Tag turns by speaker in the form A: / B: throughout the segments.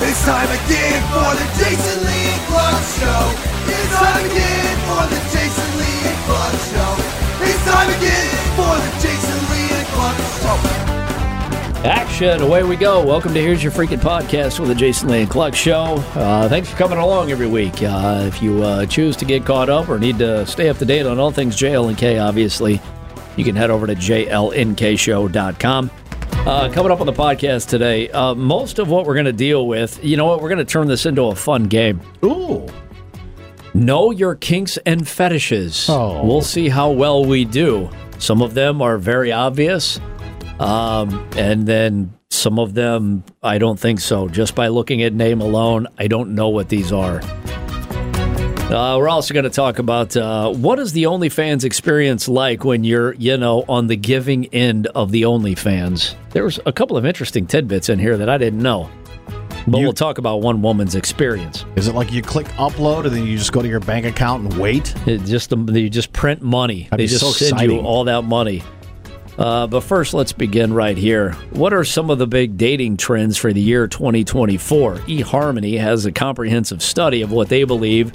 A: It's time again for the Jason Lee and Clark Show. It's time again for the Jason Lee and Clark Show. It's time again for the Jason Lee and Clark Show.
B: Action! Away we go. Welcome to Here's Your Freaking Podcast with the Jason Lee and Cluck Show. Uh, thanks for coming along every week. Uh, if you uh, choose to get caught up or need to stay up to date on all things JLNK, obviously, you can head over to jlnkshow.com. Uh, coming up on the podcast today, uh, most of what we're going to deal with, you know what, we're going to turn this into a fun game.
C: Ooh.
B: Know your kinks and fetishes.
C: Oh.
B: We'll see how well we do. Some of them are very obvious, um, and then some of them I don't think so. Just by looking at name alone, I don't know what these are. Uh, we're also going to talk about uh, what is the OnlyFans experience like when you're, you know, on the giving end of the OnlyFans. There was a couple of interesting tidbits in here that I didn't know, but we'll talk about one woman's experience.
C: Is it like you click upload and then you just go to your bank account and wait?
B: It just they just print money.
C: That'd
B: they
C: be
B: just
C: so
B: send you
C: exciting.
B: all that money. Uh, but first, let's begin right here. What are some of the big dating trends for the year 2024? eHarmony has a comprehensive study of what they believe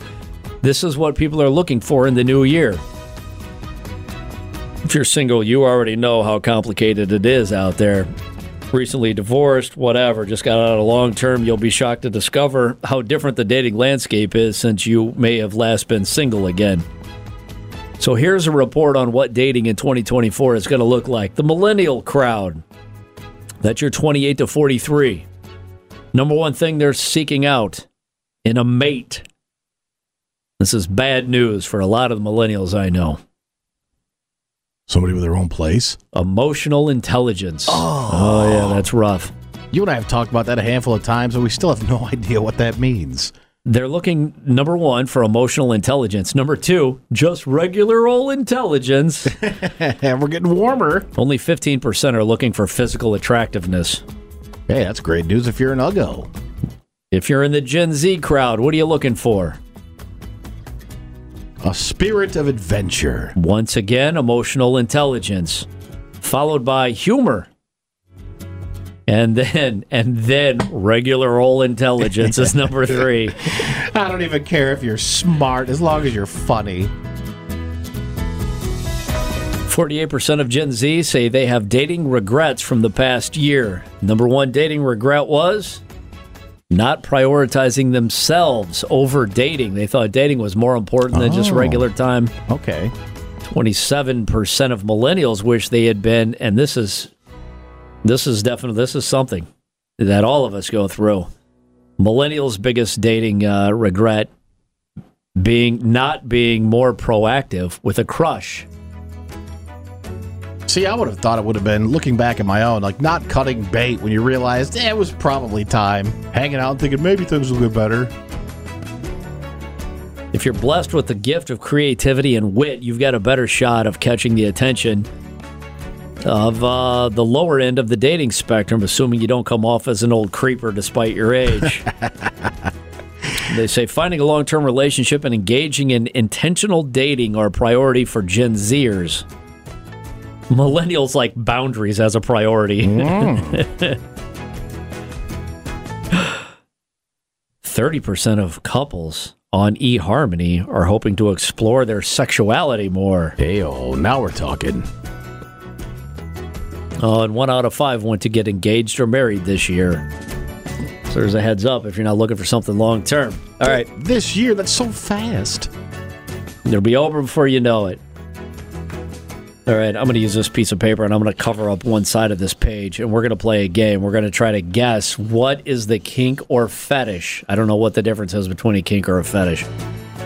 B: this is what people are looking for in the new year. If you're single, you already know how complicated it is out there. Recently divorced, whatever, just got out of long term, you'll be shocked to discover how different the dating landscape is since you may have last been single again. So here's a report on what dating in 2024 is going to look like. The millennial crowd. That's your 28 to 43. Number one thing they're seeking out in a mate. This is bad news for a lot of the millennials I know.
C: Somebody with their own place.
B: Emotional intelligence. Oh, oh yeah, that's rough.
C: You and I have talked about that a handful of times, and we still have no idea what that means.
B: They're looking number one for emotional intelligence. Number two, just regular old intelligence.
C: And we're getting warmer.
B: Only 15% are looking for physical attractiveness.
C: Hey, that's great news if you're an Uggo.
B: If you're in the Gen Z crowd, what are you looking for?
C: A spirit of adventure.
B: Once again, emotional intelligence, followed by humor. And then, and then regular old intelligence is number three.
C: I don't even care if you're smart, as long as you're funny.
B: 48% of Gen Z say they have dating regrets from the past year. Number one dating regret was not prioritizing themselves over dating. They thought dating was more important than just
C: Oh.
B: regular time.
C: Okay.
B: 27% of millennials wish they had been and this is this is definitely this is something that all of us go through millennials biggest dating uh, regret being not being more proactive with a crush
C: See, I would have thought it would have been looking back at my own, like not cutting bait when you realized eh, it was probably time. Hanging out and thinking maybe things will get better.
B: if you're blessed with the gift of creativity and wit you've got a better shot of catching the attention of uh, the lower end of the dating spectrum assuming you don't come off as an old creeper despite your age They say finding a long term relationship and engaging in intentional dating are a priority for Gen Zers. Millennials like boundaries as a priority. 30% of couples on eHarmony are hoping to explore their sexuality more.
C: Hey, oh, now we're talking.
B: Oh, and one out of five want to get engaged or married this year. So there's a heads up if you're not looking for something Uh, long term. All right.
C: This year, that's so fast.
B: It'll be over before you know it. All right, I'm going to use this piece of paper and I'm going to cover up one side of this page and we're going to play a game. We're going to try to guess what is the kink or fetish. I don't know what the difference is between a kink or a fetish.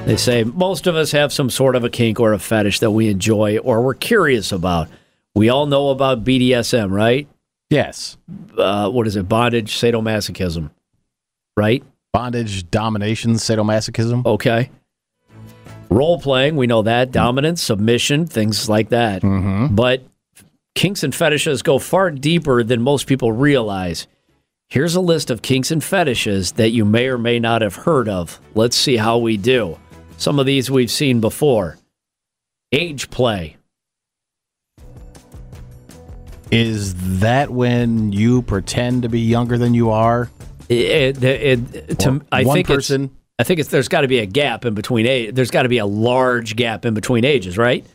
B: They say most of us have some sort of a kink or a fetish that we enjoy or we're curious about. We all know about BDSM, right?
C: Yes.
B: Uh, what is it? Bondage, sadomasochism, right?
C: bondage, domination, sadomasochism.
B: Okay. Role playing, we know that. Dominance, submission, things like that. But kinks and fetishes go far deeper than most people realize. Here's a list of kinks and fetishes that you may or may not have heard of. Let's see how we do. Some of these we've seen before. Age play.
C: Is that when you pretend to be younger than you are?
B: It, it, it- to,
C: Or
B: I
C: one
B: think
C: person.
B: It's, I think it's there's got to be a gap in between age. There's got to be a large gap in between ages, right?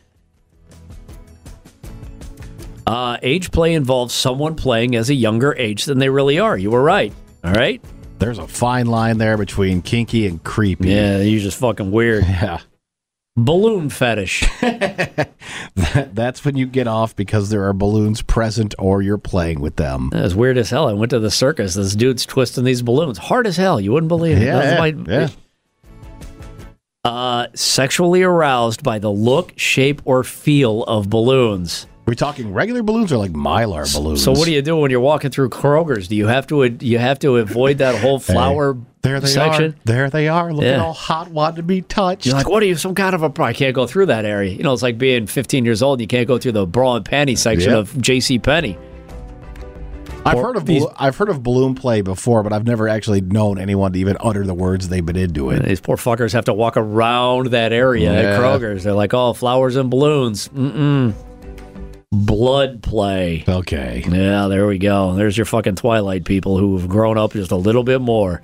B: Uh, age play involves someone playing as a younger age than they really are. You were right. All right.
C: There's a fine line there between kinky and creepy.
B: Yeah, you're just fucking weird.
C: Yeah.
B: Balloon fetish.
C: That's when you get off because there are balloons present or you're playing with them.
B: That's weird as hell. I went to the circus. This dude's twisting these balloons hard as hell. You wouldn't believe it. That's my-
C: yeah.
B: Uh, sexually aroused by the look, shape, or feel of balloons.
C: We're talking regular balloons or like mylar balloons.
B: So what do you do when you're walking through Kroger's? Do you have to you have to avoid that whole flower
C: There they
B: section?
C: are. There they are. Looking
B: Yeah.
C: all hot, wanting to be touched.
B: You're like, what are you? Some kind of a? I can't go through that area. You know, it's like being 15 years old. and You can't go through the bra and panty section
C: Yep.
B: of J.C. Penney.
C: I've
B: Or
C: heard of
B: these-
C: ballo- I've heard of balloon play before, but I've never actually known anyone to even utter the words they've been into it.
B: These poor fuckers have to walk around that area
C: Yeah.
B: at Kroger's. They're like, oh, flowers and balloons. Mm-mm. Blood play.
C: Okay.
B: Yeah, there we go. There's your fucking Twilight people who have grown up just a little bit more.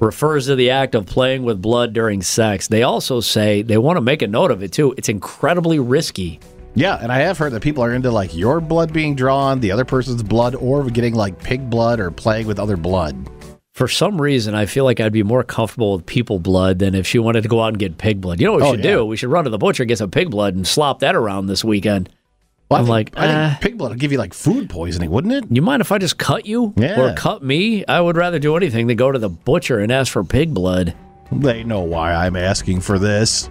B: Refers to the act of playing with blood during sex. They also say they want to make a note of it too. It's incredibly risky.
C: Yeah, and I have heard that people are into like your blood being drawn, the other person's blood, or getting like pig blood or playing with other blood.
B: For some reason, I feel like I'd be more comfortable with people blood than if she wanted to go out and get pig blood. You know what we
C: Oh,
B: should
C: yeah.
B: do? We should run to the butcher and get some pig blood and slop that around this weekend.
C: Well, I
B: I'm like,
C: think- I think
B: uh,
C: pig blood would give you like food poisoning, wouldn't it?
B: You mind if I just cut you
C: Yeah.
B: or cut me? I would rather do anything than go to the butcher and ask for pig blood.
C: They know why I'm asking for this.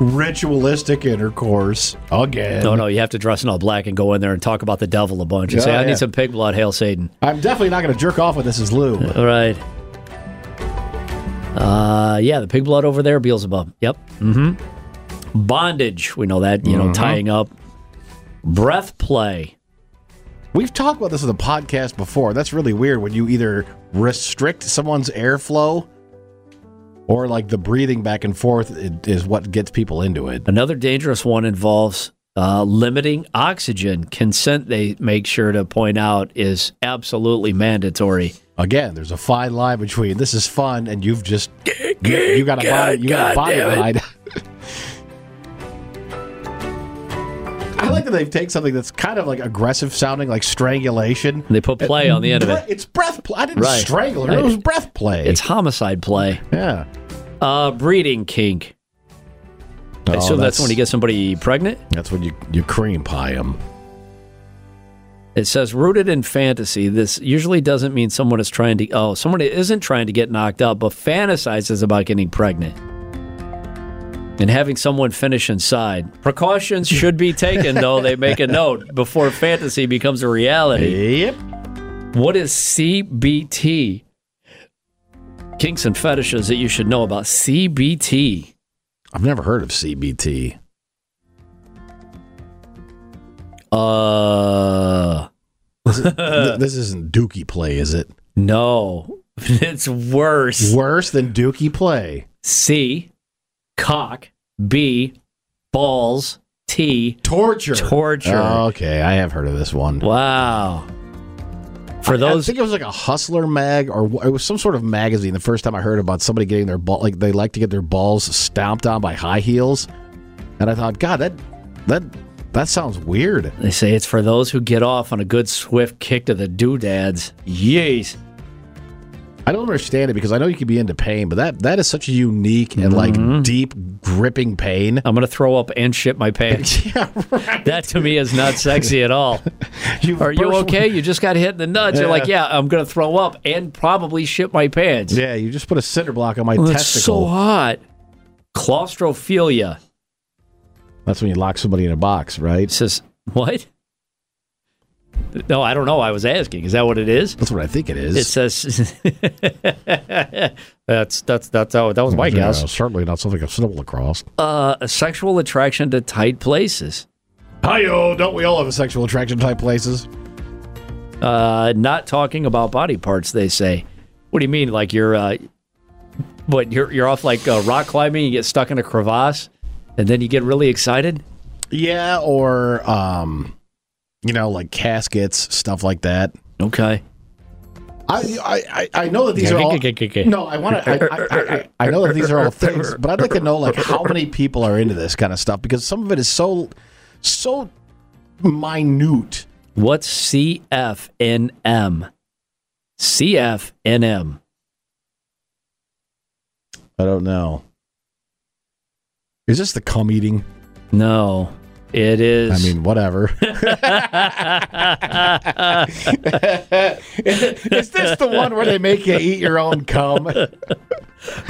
C: Ritualistic intercourse again.
B: No, no, you have to dress in all black and go in there and talk about the devil a bunch and
C: Yeah,
B: say, "I
C: yeah.
B: need some pig blood, hail Satan."
C: I'm definitely not going to jerk off with this as lube.
B: All right. Uh, yeah, the pig blood over there, Beelzebub. Yep. Mm-hmm. Bondage, we know that. You know,
C: Mm-hmm.
B: tying up. Breath play.
C: We've talked about this in the podcast before. That's really weird when you either restrict someone's airflow or like the breathing back and forth i- is what gets people into it.
B: Another dangerous one involves uh, limiting oxygen. Consent, they make sure to point out, is absolutely mandatory.
C: Again, there's a fine line between this is fun and you've just you, you got a body you got
B: God
C: a body
B: damn it.
C: line. I like that they take something that's kind of like aggressive sounding, like strangulation.
B: They put play on the end of
C: Bre-
B: it.
C: It's breath play. I didn't
B: Right.
C: strangle her. It
B: Right.
C: was breath play.
B: It's homicide play.
C: yeah.
B: Uh, breeding kink.
C: Oh,
B: I assume that's, when you get somebody pregnant.
C: That's when you you cream pie them.
B: It says rooted in fantasy. This usually doesn't mean someone is trying to. Oh, someone isn't trying to get knocked up, but fantasizes about getting pregnant and having someone finish inside. Precautions should be taken, though. They make a note before fantasy becomes a reality.
C: Yep.
B: What is CBT? Kinks and fetishes that you should know about. CBT.
C: I've never heard of CBT.
B: Uh,
C: Th- this isn't Dookie play, is it?
B: no, it's worse.
C: Worse than Dookie play.
B: C, cock. B, balls. T,
C: Torture.
B: torture.
C: Oh, okay, I have heard of this one.
B: Wow. For
C: I
B: those,
C: think it was like a hustler mag or wh- it was some sort of magazine. The first time I heard about somebody getting their ball, like they like to get their balls stomped on by high heels, and I thought, God, that that that sounds weird.
B: they say it's for those who get off on a good swift kick to the doodads. Yes.
C: I don't understand it because I know you can be into pain, but that that is such a unique and
B: Mm-hmm.
C: like deep gripping pain.
B: I'm gonna throw up and shit my pants.
C: yeah, right.
B: That to me is not sexy at all.
C: You
B: Are you
C: burst-
B: okay? You just got hit in the nuts. You're like, yeah, I'm gonna throw up and probably shit my pants.
C: Yeah, you just put a cinder block on my
B: Well, That's so
C: testicle.
B: hot. Claustrophilia.
C: That's when you lock somebody in a box,
B: It
C: right?
B: says, what? No, I don't know. I was asking. Is that what it is?
C: That's what I think it is.
B: It says that's that's that's how that was my
C: Yeah,
B: guess.
C: certainly not something I stumbled across.
B: Uh, a sexual attraction to tight places.
C: Hiyo, don't we all have a sexual attraction type places?
B: Uh, not talking about body parts. They say. What do you mean? Like you're, uh, what you're you're off like uh, rock climbing. You get stuck in a crevasse, and then you get really excited.
C: Yeah, or um, you know, like caskets, stuff like that.
B: Okay.
C: I, I, I I know that these are all. No, I want to. I, I, I, I know that these are all things, but I'd like to know like how many people are into this kind of stuff because some of it is so so minute.
B: What's CFNM? CFNM.
C: I don't know. Is this the cum eating?
B: No, it is.
C: I mean, whatever. is this the one where they make you eat your own cum?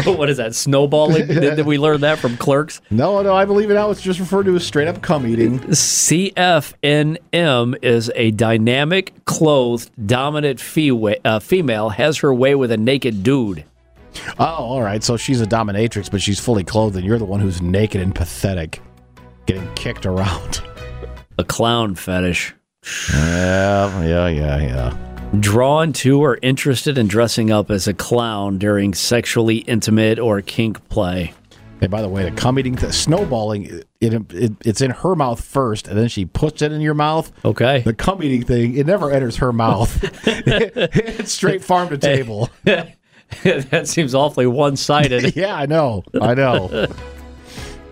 B: what is that? Snowballing? did, did we learn that from clerks?
C: No, no, I believe it now. It's just referred to as straight up cum eating.
B: CFNM is a dynamic, clothed, dominant fe- uh, female has her way with a naked dude.
C: Oh, all right. So she's a dominatrix, but she's fully clothed, and you're the one who's naked and pathetic, getting kicked around.
B: A clown fetish.
C: Yeah, yeah, yeah, yeah.
B: Drawn to or interested in dressing up as a clown during sexually intimate or kink play.
C: And by the way, the cum eating, the snowballing, it, it, it's in her mouth first, and then she puts it in your mouth.
B: Okay.
C: The cum eating thing, it never enters her mouth. it's straight farm to table.
B: that seems awfully one sided.
C: Yeah, I know. I know.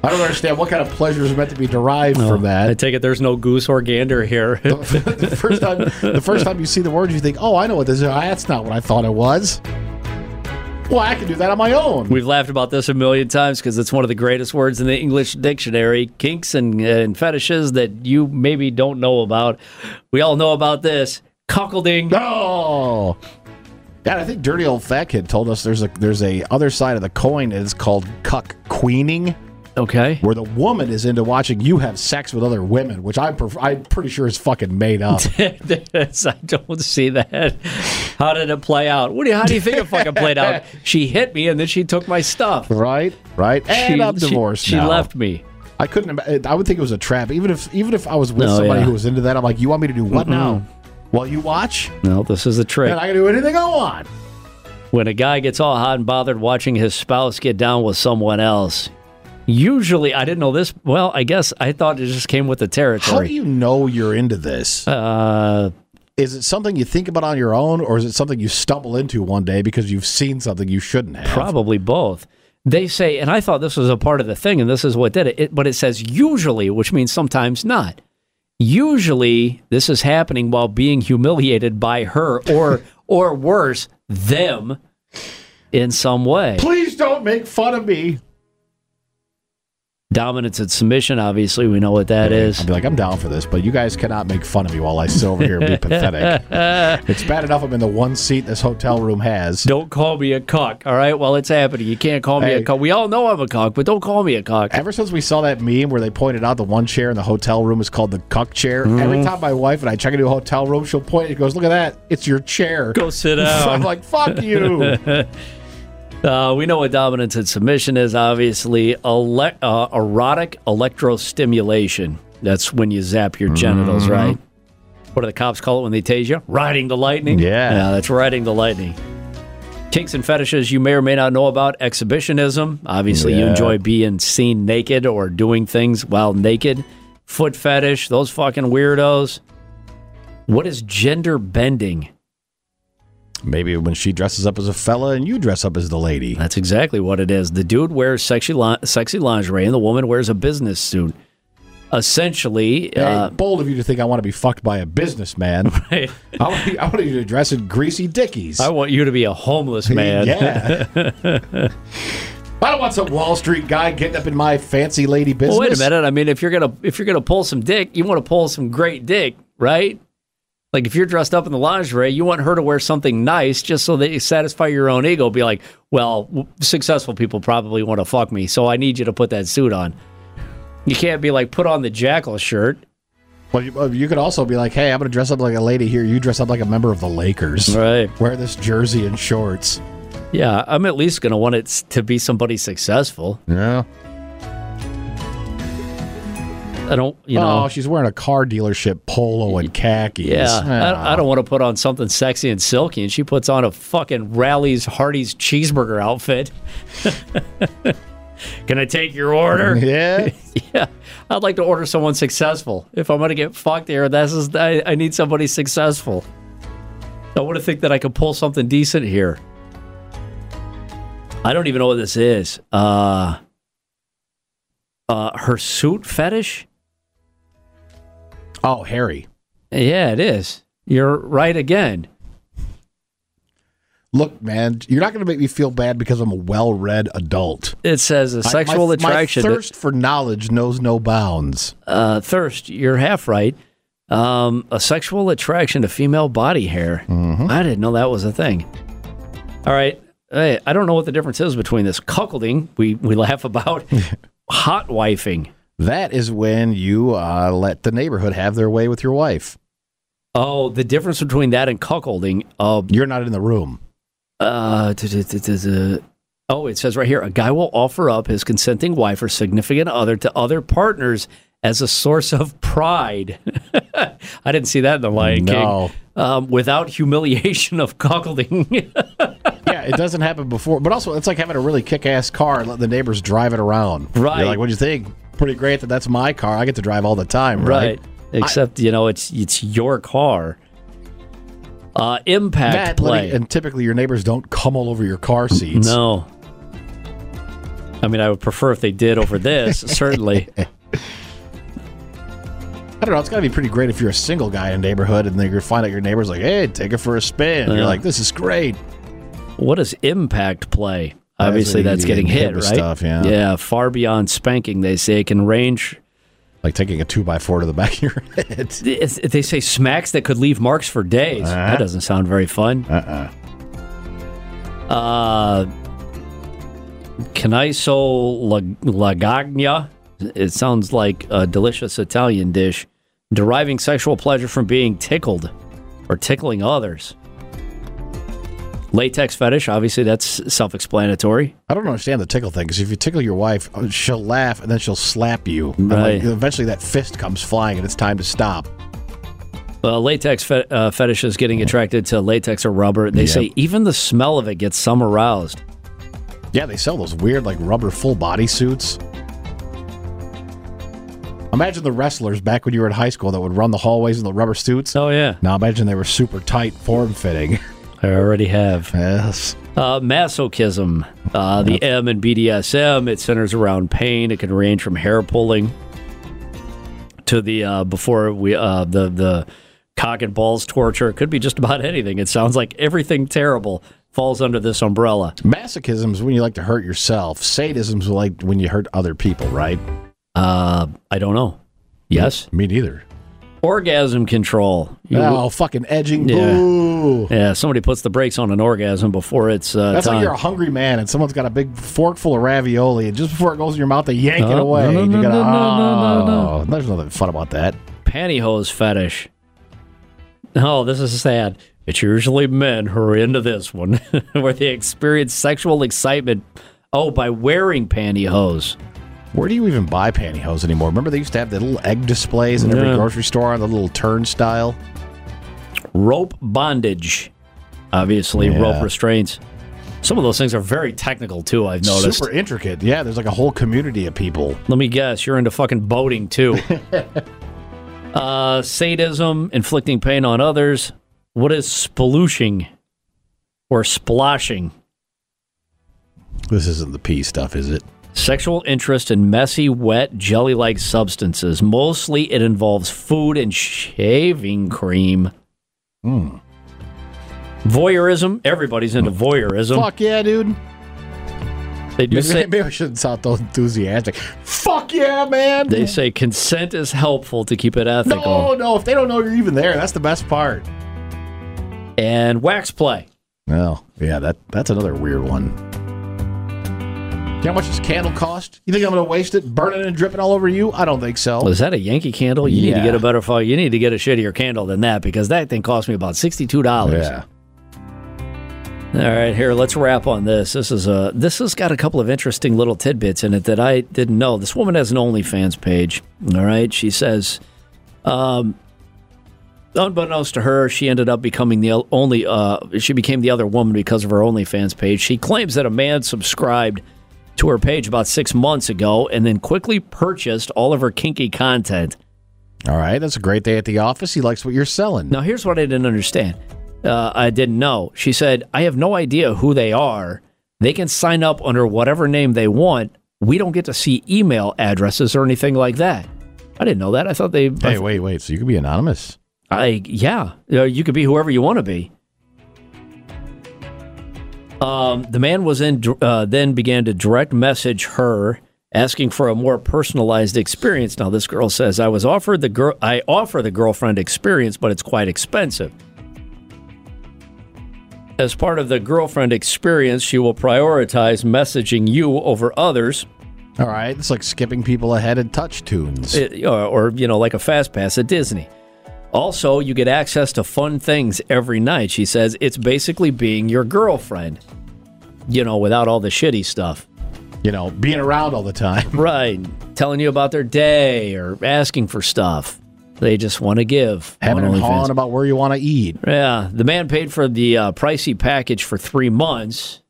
C: I don't understand what kind of pleasure is meant to be derived from
B: I
C: that.
B: take it there's no goose or gander here.
C: the first time, the first time you see the word, you think, "Oh, I know what this is. Ah, That's not what I thought it was." Well, I can do that on my own.
B: We've laughed about this a million times because it's one of the greatest words in the English dictionary. Kinks and, and fetishes that you maybe don't know about. We all know about this. Cuckolding.
C: No. Yeah, I think dirty old fat kid told us there's a there's a other side of the coin. and It's called cuck queening,
B: Okay.
C: where the woman is into watching you have sex with other women, which I'm pref- I'm pretty sure is fucking made up.
B: That's- I don't see that. How did it play out? What do you, how do you think it fucking played out? She hit me and then she took my stuff.
C: right, right. And I'm divorced
B: She,
C: now.
B: left me.
C: I couldn't. ima- I would think it was a trap. Even if even if I was with
B: No,
C: somebody
B: yeah.
C: who was into that, I'm like, you want me to do what now? While you watch,
B: No, this is a trick.
C: and I can do anything I want.
B: when a guy gets all hot and bothered watching his spouse get down with someone else. Usually, I didn't know this. Well, I guess I thought it just came with the
C: How do
B: territory.
C: you know you're into this?
B: uh,
C: is it something you think about on your own, or is it something you stumble into one day because you've seen something you shouldn't have?
B: probably both. They say, and I thought this was a part of the thing, and this is what did it. it but it says usually, which means sometimes not. Usually, this is happening while being humiliated by her, or or worse, them, in some way.
C: Please don't make fun of me.
B: Dominance and submission. Obviously, we know what that is.
C: I'd be like, I'm down for this, but you guys cannot make fun of me while I sit over here and be pathetic. It's bad enough I'm in the one seat this hotel room has.
B: Don't call me a cock, all right? While it's happening, you can't call me a
C: Hey.
B: cock. We all know I'm a cock, but don't call me a cock.
C: Ever since we saw that meme where they pointed out the one chair in the hotel room is called the cuck chair,
B: Mm-hmm.
C: every time my wife and I check into a hotel room, she'll point and goes, Look at that. It's your chair.
B: Go sit
C: So
B: down.
C: I'm like, Fuck you.
B: Uh, we know what dominance and submission is, obviously. Ele- uh, erotic electrostimulation. That's when you zap your genitals,
C: Mm-hmm.
B: right? What do the cops call it when they tase you? Riding the lightning?
C: Yeah.
B: Yeah, that's riding the lightning. Kinks and fetishes you may or may not know about. Exhibitionism. Obviously, you
C: Yeah.
B: enjoy being seen naked or doing things while naked. Foot fetish. Those fucking weirdos. What is gender bending?
C: Maybe when she dresses up as a fella and you dress up as the lady.
B: That's exactly what it is. The dude wears sexy, li- sexy lingerie, and the woman wears a business suit. Essentially,
C: Yeah,
B: uh,
C: bold of you to think I want to be fucked by a businessman.
B: I
C: I want you- I want you to dress in greasy dickies.
B: want you to be a homeless man.
C: Yeah. I don't want some Wall Street guy getting up in my fancy lady business.
B: Well, wait a minute. I mean, if you're gonna if you're gonna pull some dick, you want to pull some great dick, right? Like if you're dressed up in the lingerie, you want her to wear something nice just so that you satisfy your own ego. Be like, well, w- successful people probably want to fuck me, so I need you to put that suit on. You can't be like, put on the jackal shirt.
C: Well, you, uh, you could also be like, hey, I'm going to dress up like a lady here. You dress up like a member of the Lakers.
B: Right.
C: Wear this jersey and shorts.
B: Yeah, I'm at least going to want it s- to be somebody successful.
C: Yeah.
B: I don't, you know.
C: oh, she's wearing a car dealership polo and khakis.
B: yeah, I, I
C: Ah.
B: don't want to put on something sexy and silky, and she puts on a fucking Rally's Hardy's cheeseburger outfit. Can I take your order?
C: Yeah.
B: yeah, I'd like to order someone successful. If I'm going to get fucked here, this is I, I need somebody successful. I want to think that I could pull something decent here. I don't even know what this is. Uh, uh, hirsute fetish?
C: Oh, Harry.
B: Yeah, it is. You're right again.
C: Look, man, you're not going to make me feel bad because I'm a well-read adult.
B: It says a
C: I-
B: sexual
C: my,
B: attraction.
C: My thirst for knowledge knows no bounds.
B: uh, thirst. You're half right. Um, a sexual attraction to female body hair. I didn't know that was a thing. All right. Hey, I don't know what the difference is between this cuckolding we we laugh about, hot wifing.
C: That is when you uh, let the neighborhood have their way with your wife.
B: Oh, the difference between that and cuckolding. Uh,
C: You're not in the room.
B: uh, t- t- t- t- t- oh, it says right here a guy will offer up his consenting wife or significant other to other partners as a source of pride. I didn't see that in the Lion
C: No.
B: King. Um, without humiliation of cuckolding.
C: yeah, it doesn't happen before. But also, it's like having a really kick-ass car and letting the neighbors drive it around.
B: Right.
C: You're like, what do you think? Pretty great that that's my car. I get to drive all the time,
B: right.
C: right?
B: Except, you know, it's it's your car. Uh, impact
C: That,
B: play.
C: and typically your neighbors don't come all over your car seats.
B: No. I mean, I would prefer if they did over this, certainly.
C: I don't know. It's got to be pretty great if you're a single guy in a neighborhood and then you find out your neighbor's like, hey, take her for a spin.
B: Yeah.
C: You're like, this is great.
B: What is impact play? Obviously,
C: when you
B: that's
C: get
B: getting
C: hit
B: hit, right?
C: with stuff, yeah.
B: far beyond spanking. They say it can range.
C: Like taking a two by four to the back of your head.
B: it's- They say smacks that could leave marks for days.
C: Uh-huh.
B: That doesn't sound very fun.
C: Uh-uh.
B: Uh, Caniso la, Lagagna. It sounds like a delicious Italian dish, deriving sexual pleasure from being tickled or tickling others. Latex fetish, obviously, that's self explanatory.
C: I don't understand the tickle thing because if you tickle your wife, uh, she'll laugh and then she'll slap you. And, like,
B: Right.
C: eventually, that fist comes flying and it's time to stop.
B: Well, latex fe- uh, fetish is getting attracted to latex or rubber. They say even the smell of it gets some aroused.
C: Yeah, they sell those weird like rubber full body suits. Imagine the wrestlers back when you were in high school that would run the hallways in the rubber suits.
B: Oh, yeah.
C: Now imagine they were super tight, form fitting.
B: I already have.
C: yes.
B: Uh, masochism. Uh, the M in BDSM, it centers around pain. It can range from hair pulling to the uh, before we uh, the the cock and balls torture. It could be just about anything. It sounds like everything terrible falls under this umbrella.
C: Masochism is when you like to hurt yourself. Sadism is like when you hurt other people, right?
B: Uh, I don't know. Yes,
C: Me neither.
B: orgasm control. You-
C: Oh, fucking edging.
B: Yeah.
C: Boo.
B: Yeah, somebody puts the brakes on an orgasm before it's uh,
C: That's
B: time.
C: like you're a hungry man and someone's got a big fork full of ravioli, and just before it goes in your mouth, they yank
B: No,
C: it away.
B: no, no,
C: and
B: no,
C: you gotta,
B: no, no, no, no,
C: oh, There's nothing fun about that.
B: pantyhose fetish. Oh, this is sad. It's usually men who are into this one, where they experience sexual excitement. Oh, by wearing pantyhose.
C: Where do you even buy pantyhose anymore? Remember they used to have the little egg displays in
B: Yeah.
C: every grocery store on the little turnstile?
B: Rope bondage. Obviously,
C: Yeah.
B: rope restraints. Some of those things are very technical, too, I've noticed.
C: Super intricate. Yeah, there's like a whole community of people.
B: Let me guess, you're into fucking boating, too. uh, sadism, inflicting pain on others. What is splooshing or sploshing?
C: This isn't the pee stuff, is it?
B: Sexual interest in messy, wet, jelly like substances. Mostly it involves food and shaving cream. Voyeurism. Everybody's into voyeurism.
C: Fuck yeah, dude.
B: They do
C: Maybe,
B: say.
C: maybe I shouldn't sound so enthusiastic. Fuck yeah, man.
B: They oh. say consent is helpful to keep it ethical.
C: no, no, if they don't know you're even there, that's the best part.
B: And wax play.
C: Oh, yeah, that that's another weird one. You know how much this candle cost? You think I'm gonna waste it, burn it and dripping all over you? I don't think so.
B: Is that a Yankee candle? You need to
C: Yeah.
B: get a better fuck. You need to get a shittier candle than that because that thing cost me about sixty-two dollars. All right, here let's wrap on this. This is a this has got a couple of interesting little tidbits in it that I didn't know. This woman has an OnlyFans page. All right, she says, um, unbeknownst to her, she ended up becoming the el- only. Uh, she became the other woman because of her OnlyFans page. She claims that a man subscribed to her page about six months ago and then quickly purchased all of her kinky content.
C: All right, that's a great day at the office. He likes what you're selling.
B: Now, here's what I didn't understand. uh, I didn't know. She said, I have no idea who they are. They can sign up under whatever name they want. We don't get to see email addresses or anything like that. I didn't know that. I thought they.
C: Hey, wait, wait. So you could be anonymous.
B: I yeah, you, know, you could be whoever you want to be. Um, the man was in uh, then began to direct message her asking for a more personalized experience. Now this girl says I was offered the girl I offer the girlfriend experience, but it's quite expensive. As part of the girlfriend experience, she will prioritize messaging you over others.
C: All right, it's like skipping people ahead in touch tunes.
B: It- or, or you know like a fast pass at disney also you get access to fun things every night she says it's basically being your girlfriend you know without all the shitty stuff
C: you know, being around all the time.
B: right telling you about their day or asking for stuff they just want to give on
C: Having a
B: OnlyFans.
C: on about where you want to eat.
B: Yeah, the man paid for the uh, pricey package for three months.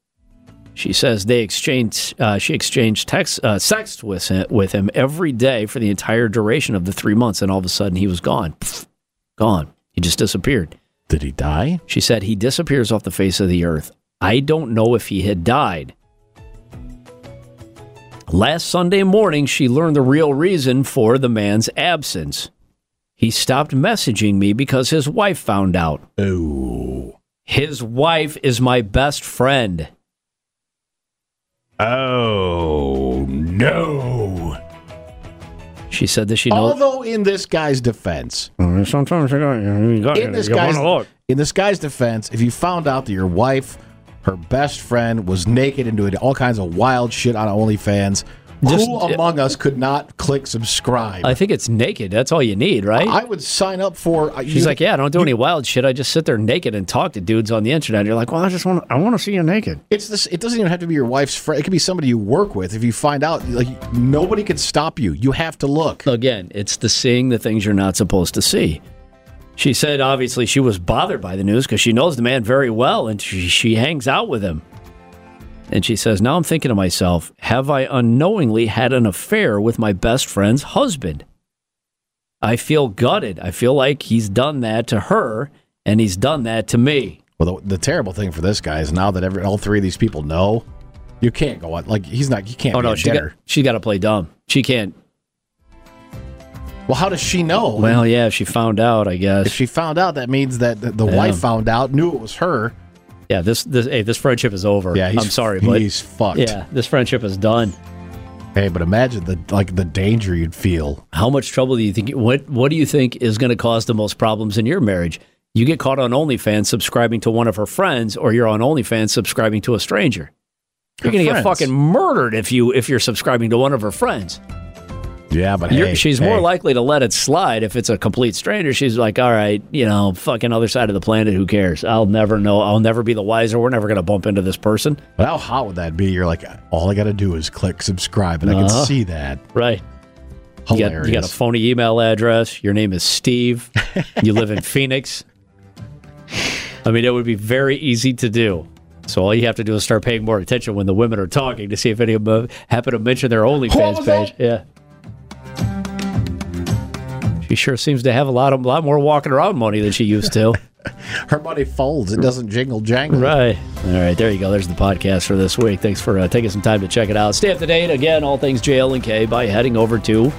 B: She says they exchanged. Uh, she exchanged text, uh, sex with him, with him every day for the entire duration of the three months, and all of a sudden he was gone, Pfft, gone. He just disappeared.
C: Did he die?
B: She said he disappears off the face of the earth. I don't know if he had died. Last Sunday morning, she learned the real reason for the man's absence. He stopped messaging me because his wife found out.
C: Oh.
B: His wife is my best friend.
C: Oh no.
B: She said that she knows.
C: Although in this guy's defense,
B: Oh, Sometimes you got, you got,
C: in this guy's in this guy's defense, if you found out that your wife, her best friend, was naked and doing all kinds of wild shit on OnlyFans,
B: Just-
C: who among us could not click subscribe?
B: I
C: I,
B: think it's naked. That's all you need, right?
C: would sign up for. I-
B: She's
C: you-
B: like, yeah, I don't do any wild shit. I just sit there naked and talk to dudes on the internet. You're like, well, I just want, I want to see you naked.
C: It's this. It doesn't even have to be your wife's friend. It could be somebody you work with. If you find out, like nobody can stop you. You have to look.
B: Again, it's the seeing the things you're not supposed to see. She said, obviously, she was bothered by the news because she knows the man very well and she, she hangs out with him. And she says, now I'm thinking to myself, have I unknowingly had an affair with my best friend's husband? I feel gutted. I feel like he's done that to her and he's done that to me.
C: Well, the, the terrible thing for this guy is now that every all three of these people know, you can't go on. Like he's not. You can't.
B: Oh,
C: be
B: no,
C: a
B: she got,
C: dinner.
B: she got to play dumb. She can't.
C: Well, how does she know?
B: Well, yeah, she found out, I guess.
C: if she found out, that means that the, the
B: Yeah.
C: wife found out, knew it was her.
B: yeah, this, this, hey, this friendship is over.
C: Yeah, he's,
B: I'm sorry, but
C: he's fucked.
B: yeah, this friendship is done.
C: Hey, but imagine the like the danger you'd feel.
B: How much trouble do you think? What What do you think is going to cause the most problems in your marriage? You get caught on OnlyFans subscribing to one of her friends, or you're on OnlyFans subscribing to a stranger. You're
C: Her
B: going to get
C: friends.
B: fucking murdered if you if you're subscribing to one of her friends.
C: Yeah, but
B: You're-
C: hey,
B: she's
C: hey,
B: more likely to let it slide if it's a complete stranger. She's like, all right, you know, fucking other side of the planet. Who cares? I'll never know. I'll never be the wiser. We're never going to bump into this person.
C: But how hot would that be? You're like, all I got to do is click subscribe, and I
B: Uh-huh.
C: can see that.
B: Right. You got,
C: Hilarious.
B: you got a phony email address. Your name is Steve. you live in Phoenix. I mean, it would be very easy to do. So all you have to do is start paying more attention when the women are talking to see if any of them happen to mention their OnlyFans
C: was that?
B: page. Yeah. She sure seems to have a lot of, lot more walking around money than she used to.
C: Her money folds; it doesn't jingle jangle.
B: Right. All right. There you go. There's the podcast for this week. Thanks for uh, taking some time to check it out. Stay up to date again, all things JLNK by heading over to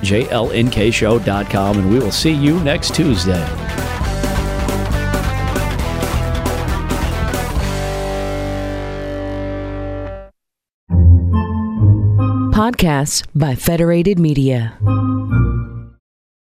B: jlnkshow.com, and we will see you next Tuesday.
D: Podcasts by Federated Media.